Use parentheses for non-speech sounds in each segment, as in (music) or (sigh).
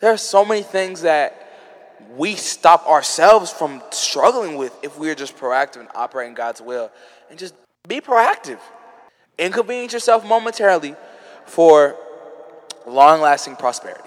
There are so many things that we stop ourselves from struggling with if we're just proactive and operating God's will. And just be proactive. Inconvenience yourself momentarily for long lasting prosperity.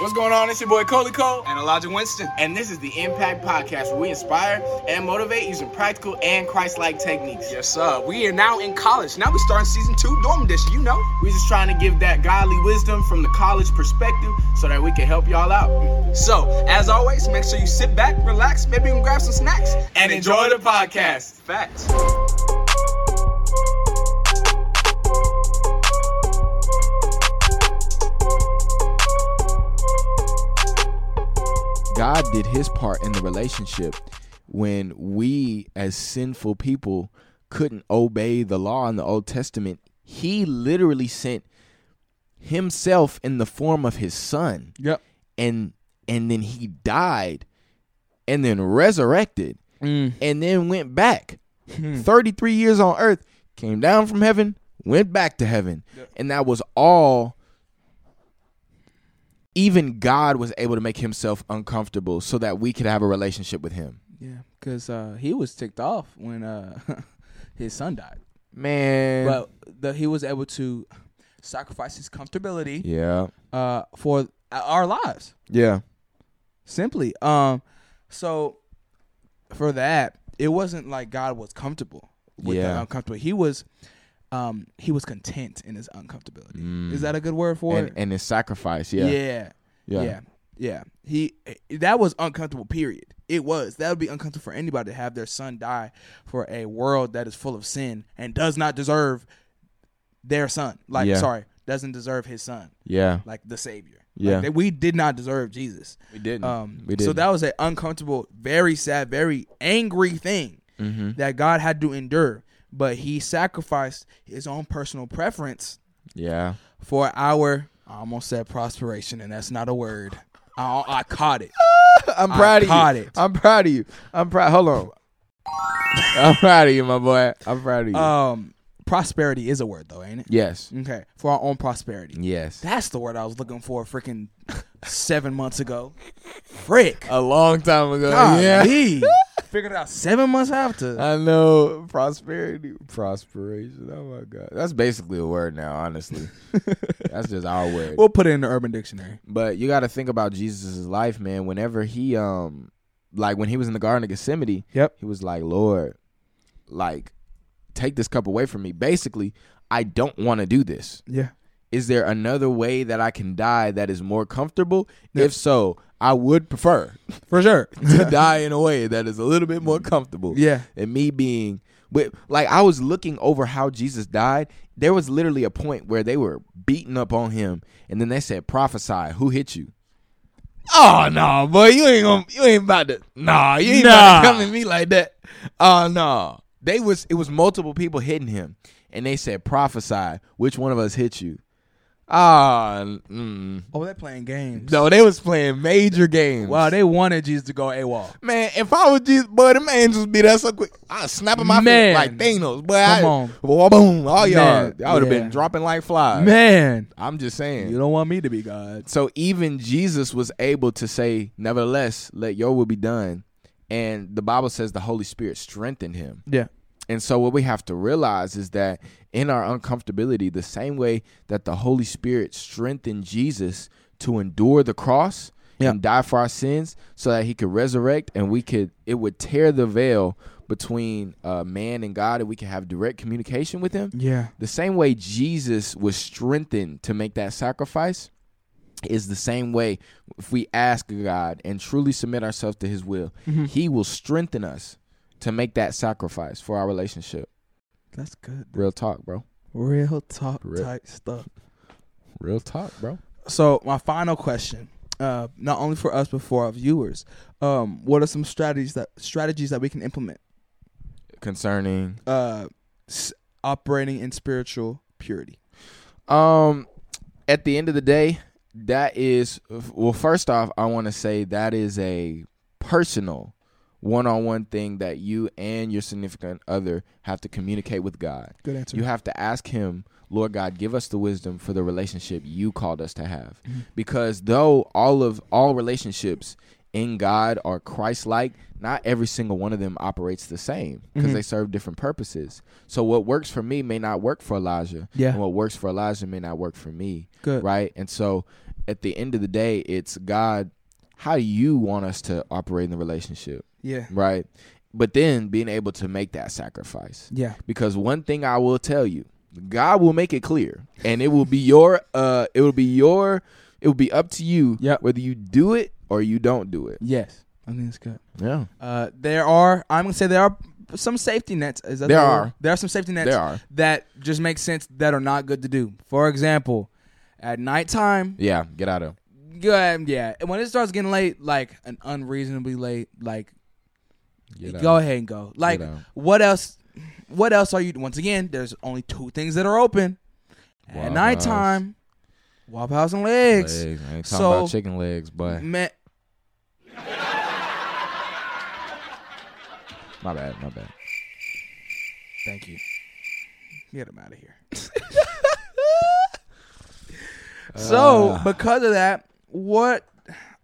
What's going on? It's your boy Coley Cole, and Elijah Winston. and this is the Impact Podcast, where we inspire and motivate using practical and Christ-like techniques. Yes, sir. We are now in college. Now we're starting season two, dorm edition, you know. We're just trying to give that godly wisdom from the college perspective, so that we can help y'all out So, as always, make sure you sit back, relax, maybe even grab some snacks. and enjoy the podcast. Facts. God did his part in the relationship when we, as sinful people, couldn't obey the law in the Old Testament. He literally sent himself in the form of his son. Yep. And and then he died and then resurrected and then went back. Hmm. 33 years on earth, came down from heaven, went back to heaven. And that was all even God was able to make himself uncomfortable so that we could have a relationship with him. Yeah, because uh, he was ticked off when uh, (laughs) his son died. Man. But the, he was able to sacrifice his comfortability yeah. uh, for our lives, Yeah. simply. Um, so for that, it wasn't like God was comfortable with the Yeah. uncomfortable. He was, um, he was content in his uncomfortability. Is that a good word for Mm. And it? and his sacrifice, yeah. yeah, Yeah. yeah, yeah. He that was uncomfortable. Period. It was that would be uncomfortable for anybody to have their son die for a world that is full of sin and does not deserve their son. Like, Yeah. sorry, doesn't deserve his son, Yeah. like the savior. Yeah. like, that we did not deserve Jesus. We didn't. Um, we did So that was an uncomfortable, very sad, very angry thing Mm-hmm. that God had to endure. But He sacrificed His own personal preference Yeah. for our I almost said prosperation, and that's not a word. I, I caught it. I'm I proud of caught you. it. I'm proud of you. I'm proud hold on. (laughs) I'm proud of you, my boy. I'm proud of you. Um, prosperity is a word though, ain't it? yes. Okay, for our own prosperity. Yes. That's the word I was looking for. Freaking seven months ago. Frick. a long time ago. Uh, yeah. Golly. Figured it out seven months after. I know prosperity, prosperation. Oh my god, that's basically a word now. (laughs) Honestly, that's just our word. we'll put it in the Urban Dictionary. but you got to think about Jesus' life, man. Whenever he, um, like when he was in the Garden of Gethsemane, Yep. he was like, "Lord, like, take this cup away from me." Basically, I don't want to do this. Yeah. Is there another way that I can die that is more comfortable? If so, I would prefer For sure. (laughs) to die in a way that is a little bit more comfortable. Yeah. And me being but like I was looking over how Jesus died. There was literally a point where they were beating up on him and then they said, Prophesy, who hit you? Oh no, boy, you ain't gonna you ain't about to Nah, you ain't about to come at me like that. Oh no. They was it was multiple people hitting him and they said, Prophesy, which one of us hit you? Ah, mm. Oh, they're playing games. no, they was playing major games. Wow, they wanted Jesus to go AWOL. Man, if I was Jesus, boy, them angels be there so quick. I snapping my Man. fingers like Thanos. Boy, Come I, on. Boom, boom, all y'all. Man, I would have yeah. been dropping like flies. Man. I'm just saying. You don't want me to be God. so even Jesus was able to say, nevertheless, let your will be done. And the Bible says the Holy Spirit strengthened him. Yeah. And so what we have to realize is that in our uncomfortability, the same way that the Holy Spirit strengthened Jesus to endure the cross Yeah. and die for our sins so that he could resurrect and we could it would tear the veil between uh, man and God and we could have direct communication with him. Yeah. The same way Jesus was strengthened to make that sacrifice is the same way if we ask God and truly submit ourselves to his will, Mm-hmm. he will strengthen us to make that sacrifice for our relationship. That's good. Real talk, bro. Real talk Real- type stuff. Real talk, bro. So my final question, uh, not only for us but for our viewers, um, what are some strategies that strategies that we can implement Concerning uh, s- operating in spiritual purity? um at the end of the day, that is well first off, I want to say that is a personal one on one thing that you and your significant other have to communicate with God. Good answer. You have to ask Him, Lord God, give us the wisdom for the relationship you called us to have. Because though all of all relationships in God are Christ like, not every single one of them operates the same because they serve different purposes. So what works for me may not work for Elijah. Yeah. Uh. And what works for Elijah may not work for me. Good. Right? And so at the end of the day, it's God, how do you want us to operate in the relationship? Yeah. Right. But then being able to make that sacrifice. Yeah. Because one thing I will tell you, God will make it clear. And it will be your uh it will be your it will be up to you Yep. whether you do it or you don't do it. Yes. I think it's good. Yeah. Uh, there are. I'm gonna say there are some safety nets. Is that the There word? are. There are some safety nets. There are. that just make sense that are not good to do. For example, at nighttime. Yeah, get out of. Yeah. Yeah. And when it starts getting late, like an unreasonably late, like Get go out. ahead and go. Like out. what else? What else are you? Once again, there's only two things that are open at Waffle nighttime. Waffle House and legs. Legs. I ain't talking So- about chicken legs, but Man, my bad, my bad. Thank you. Get him out of (laughs) here. so because of that, what?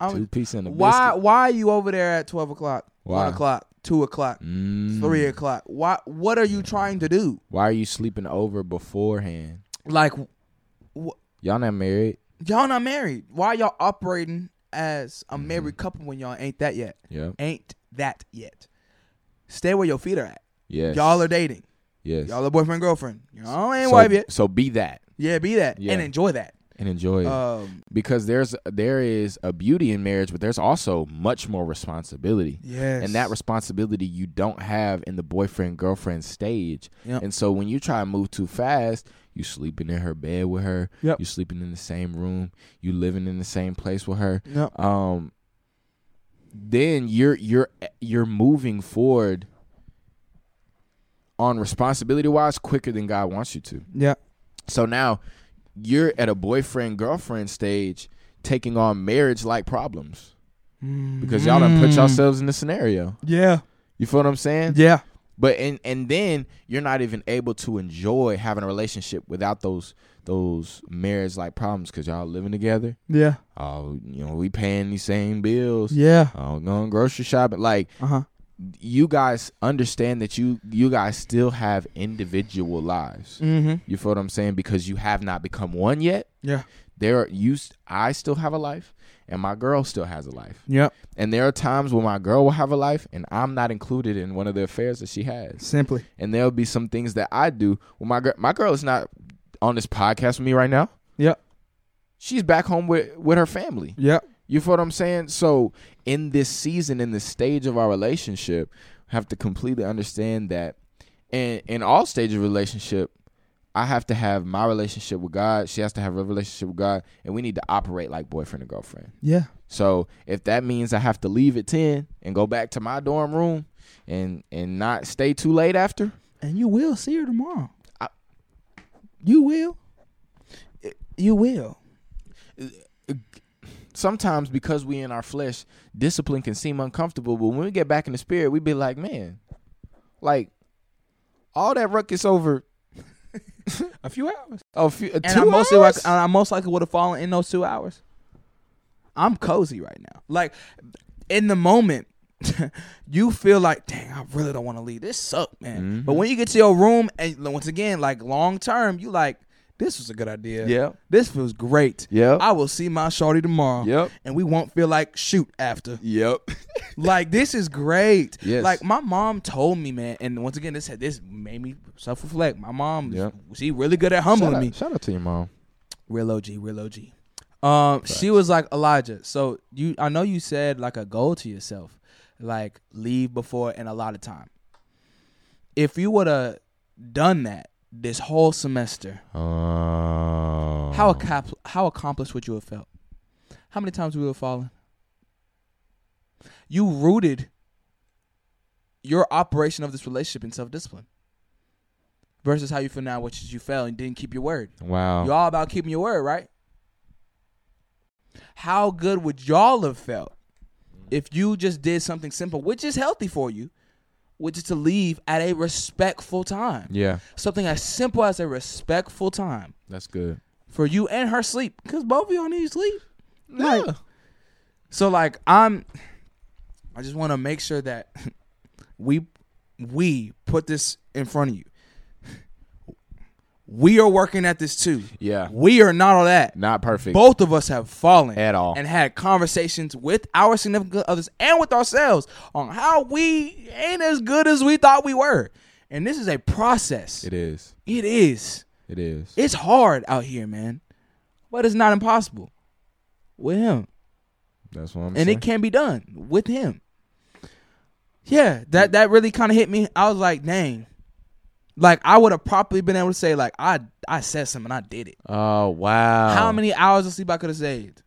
Ah. Two I'm, piece in the why? Why are you over there at twelve o'clock, Why? one o'clock, two o'clock, Mm. three o'clock? Why? What are you trying to do? Why are you sleeping over beforehand? Like, Y'all not married? y'all not married. Why y'all operating as Mm-hmm. a married couple when y'all ain't that yet? Yep. Ain't that yet? Stay where your feet are at. Yes. Y'all are dating. yes. Y'all are boyfriend girlfriend. Y'all ain't so, wife yet. So be that Yeah, be that Yeah. and enjoy that. and enjoy it. Um, because there's there is a beauty in marriage, but there's also much more responsibility. Yes. And that responsibility you don't have in the boyfriend girlfriend stage. Yep. And so when you try to move too fast, you sleeping in her bed with her. Yep. You sleeping in the same room. You living in the same place with her. Yep. Um then you're you're you're moving forward on responsibility wise quicker than God wants you to. yeah. So now you're at a boyfriend girlfriend stage taking on marriage like problems because y'all done put yourselves in the scenario. Mm-hmm. Yeah. You feel what I'm saying? Mm. Yeah. But and and then you're not even able to enjoy having a relationship without those those marriage like problems because y'all living together. Yeah. Oh, you know we paying these same bills. Yeah. Oh, going grocery shopping. Like Uh huh. you guys understand that you you guys still have individual lives. Mm-hmm. You feel what I'm saying? Because you have not become one yet. Yeah. There, are, you, s- I still have a life, and my girl still has a life. Yep. And there are times when my girl will have a life, and I'm not included in one of the affairs that she has. Simply. And there'll be some things that I do. When my girl, my girl is not on this podcast with me right now. Yep. She's back home with with her family. Yep. You feel what I'm saying? So in this season, in this stage of our relationship, have to completely understand that in in all stages of relationship, I have to have my relationship with God. She has to have her relationship with God, and we need to operate like boyfriend and girlfriend. Yeah. So if that means I have to leave at ten and go back to my dorm room and and not stay too late after, And you will see her tomorrow. I- you will. I- You will. sometimes because we in our flesh, discipline can seem uncomfortable. But when we get back in the spirit, we be like, man, like all that ruckus over A few hours. a few two And I most, likely, hours. and I most likely would have fallen in those two hours. I'm cozy right now. Like in the moment, (laughs) you feel like, dang, I really don't want to leave. This sucked, man. Mm-hmm. But when you get to your room, and once again, like long term, you like, this was a good idea. Yep. This feels great. Yep. I will see my shorty tomorrow. Yep. And we won't feel like shoot after. (laughs) Yep. like this is great. Yes. Like my mom told me, man, and once again, this had this made me self reflect. My mom, Yep. she really good at humbling shout, me. out, shout out to your mom. Real OG, real OG. Um, she was like Elijah. So you, I know you said like a goal to yourself, like leave before and a lot of time. If you would have done that this whole semester, Oh, how accom- how accomplished would you have felt? How many times would you have fallen? You rooted your operation of this relationship in self discipline versus how you feel now, which is you fell and didn't keep your word. wow. Y'all about keeping your word, right? How good would y'all have felt if you just did something simple, which is healthy for you, which is to leave at a respectful time. Yeah, Something as simple as a respectful time that's good. for you and her sleep, because both of y'all need sleep. Like, So like I'm I just want to make sure that (laughs) we we put this in front of you. We are working at this too. Yeah. We are not all that. not perfect. Both of us have fallen At all. and had conversations with our significant others and with ourselves on how we ain't as good as we thought we were. And this is a process. It is. it is. It is. It's hard out here, man. But it's not impossible. With him That's what I'm and saying. it can be done with him. Yeah, that that really kind of hit me. I was like, dang, like I would have probably been able to say like I I said something, I did it. oh wow. How many hours of sleep I could have saved?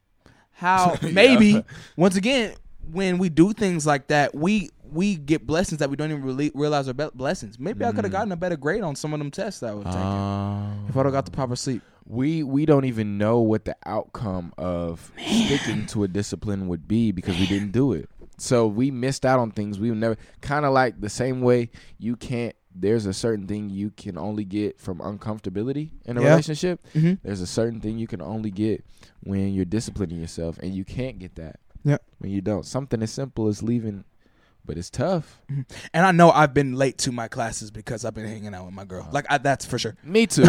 How maybe once again when we do things like that, we we get blessings that we don't even really realize are be- blessings. Maybe I could have gotten a better grade on some of them tests that I was taking Um, if I'd have got the proper sleep. we we don't even know what the outcome of sticking to a discipline would be because we didn't do it. So we missed out on things we would never kind of like the same way you can't there's a certain thing you can only get from uncomfortability in a Yeah. Mm-hmm. relationship. There's a certain thing you can only get when you're disciplining yourself and you can't get that. Yeah. When you don't. Something as simple as leaving but it's tough. And I know I've been late to my classes because I've been hanging out with my girl. Like I, that's for sure. Me (laughs) too.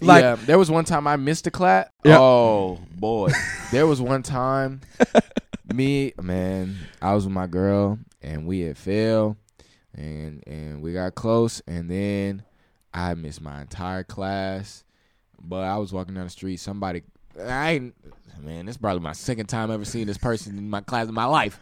like yeah, there was one time I missed a class. Oh boy, there was one time (laughs) me man, I was with my girl and we had fell, and and we got close, and then I missed my entire class. But I was walking down the street, somebody I ain't- man, this is probably my second time ever seeing this person in my class in my (laughs) life.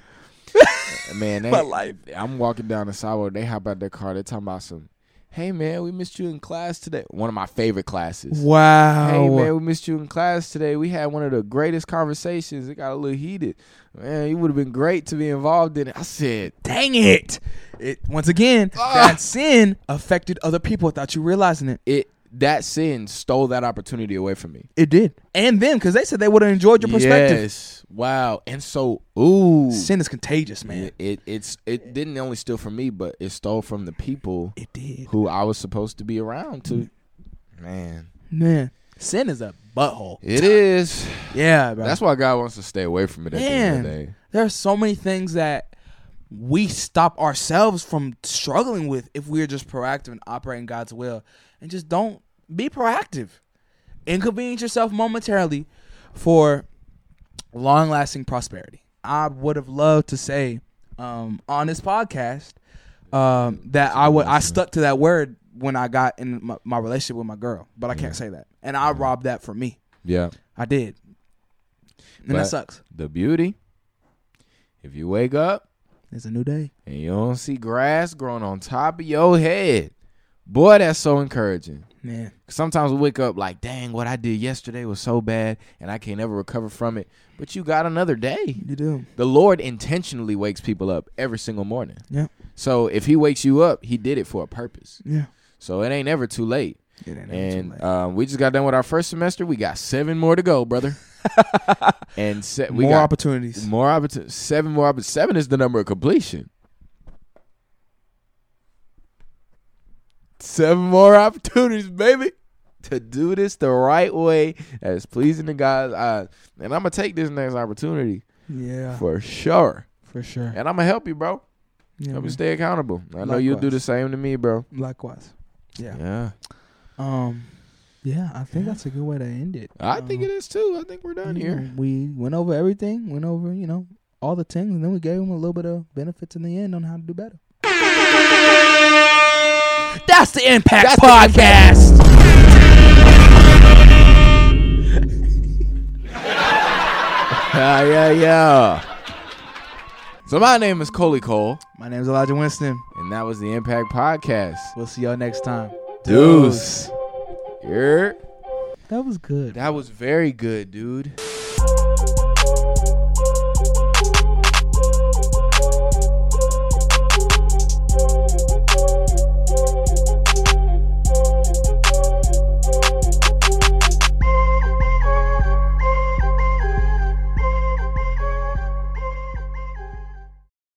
man, they, my life. I'm walking down the sidewalk. They hop out their car. They're talking about some. Hey man, we missed you in class today. One of my favorite classes. Wow. Hey man, we missed you in class today. We had one of the greatest conversations. It got a little heated. Man, you would have been great to be involved in it. I said, dang it. It once again, that sin affected other people without you realizing it. it that sin stole that opportunity away from me. It did. And then because they said they would have enjoyed your perspective. Yes. Wow. And so, ooh. Sin is contagious, man. It, it it's it didn't only steal from me, but it stole from the people It Mm. did. who I was supposed to be around to. Man. Man. Sin is a butthole. It is. Yeah, bro. That's why God wants to stay away from it at the end of the day. man. There are so many things that we stop ourselves from struggling with if we're just proactive and operating God's will. And just don't be proactive. Inconvenience yourself momentarily for long lasting prosperity. I would have loved to say um, on this podcast um, that I would I stuck to that word when I got in my, my relationship with my girl, but I can't say that. And I robbed that from me. Yeah. I did. And But that sucks. The beauty, if you wake up It's a new day. and you don't see grass growing on top of your head, boy, that's so encouraging. Man. Sometimes we wake up like, dang, what I did yesterday was so bad and I can't ever recover from it. But you got another day. You do. The Lord intentionally wakes people up every single morning. Yeah. So if He wakes you up, He did it for a purpose. Yeah. uh, So it ain't ever too late. It ain't and um, we just got done with our first semester. We got seven more to go, (laughs) brother. and se- we more got opportunities. more opportunities. Seven more opportunities. Seven is the number of completion. Seven more opportunities, baby, to do this the right way as pleasing to God's eyes. And I'm gonna take this next opportunity Yeah, for sure. for sure. And I'm gonna help you, bro. Yeah, Help man. you stay accountable. I know you'll do Likewise. the same to me, bro. Likewise. Yeah. Yeah, Um. Yeah, I think that's a good way to end it. Um, I think Uh-huh. it is too. I think we're done here. We went over everything. Went over, you know, all the things, and then we gave them a little bit of benefits in the end on how to do better. That's the Impact Podcast. Yeah, yeah, yeah. So my name is Coley Cole, My name's Elijah Winston. and that was the Impact Podcast. We'll see y'all next time. Deuce. Yeah. That was good. That was very good, dude.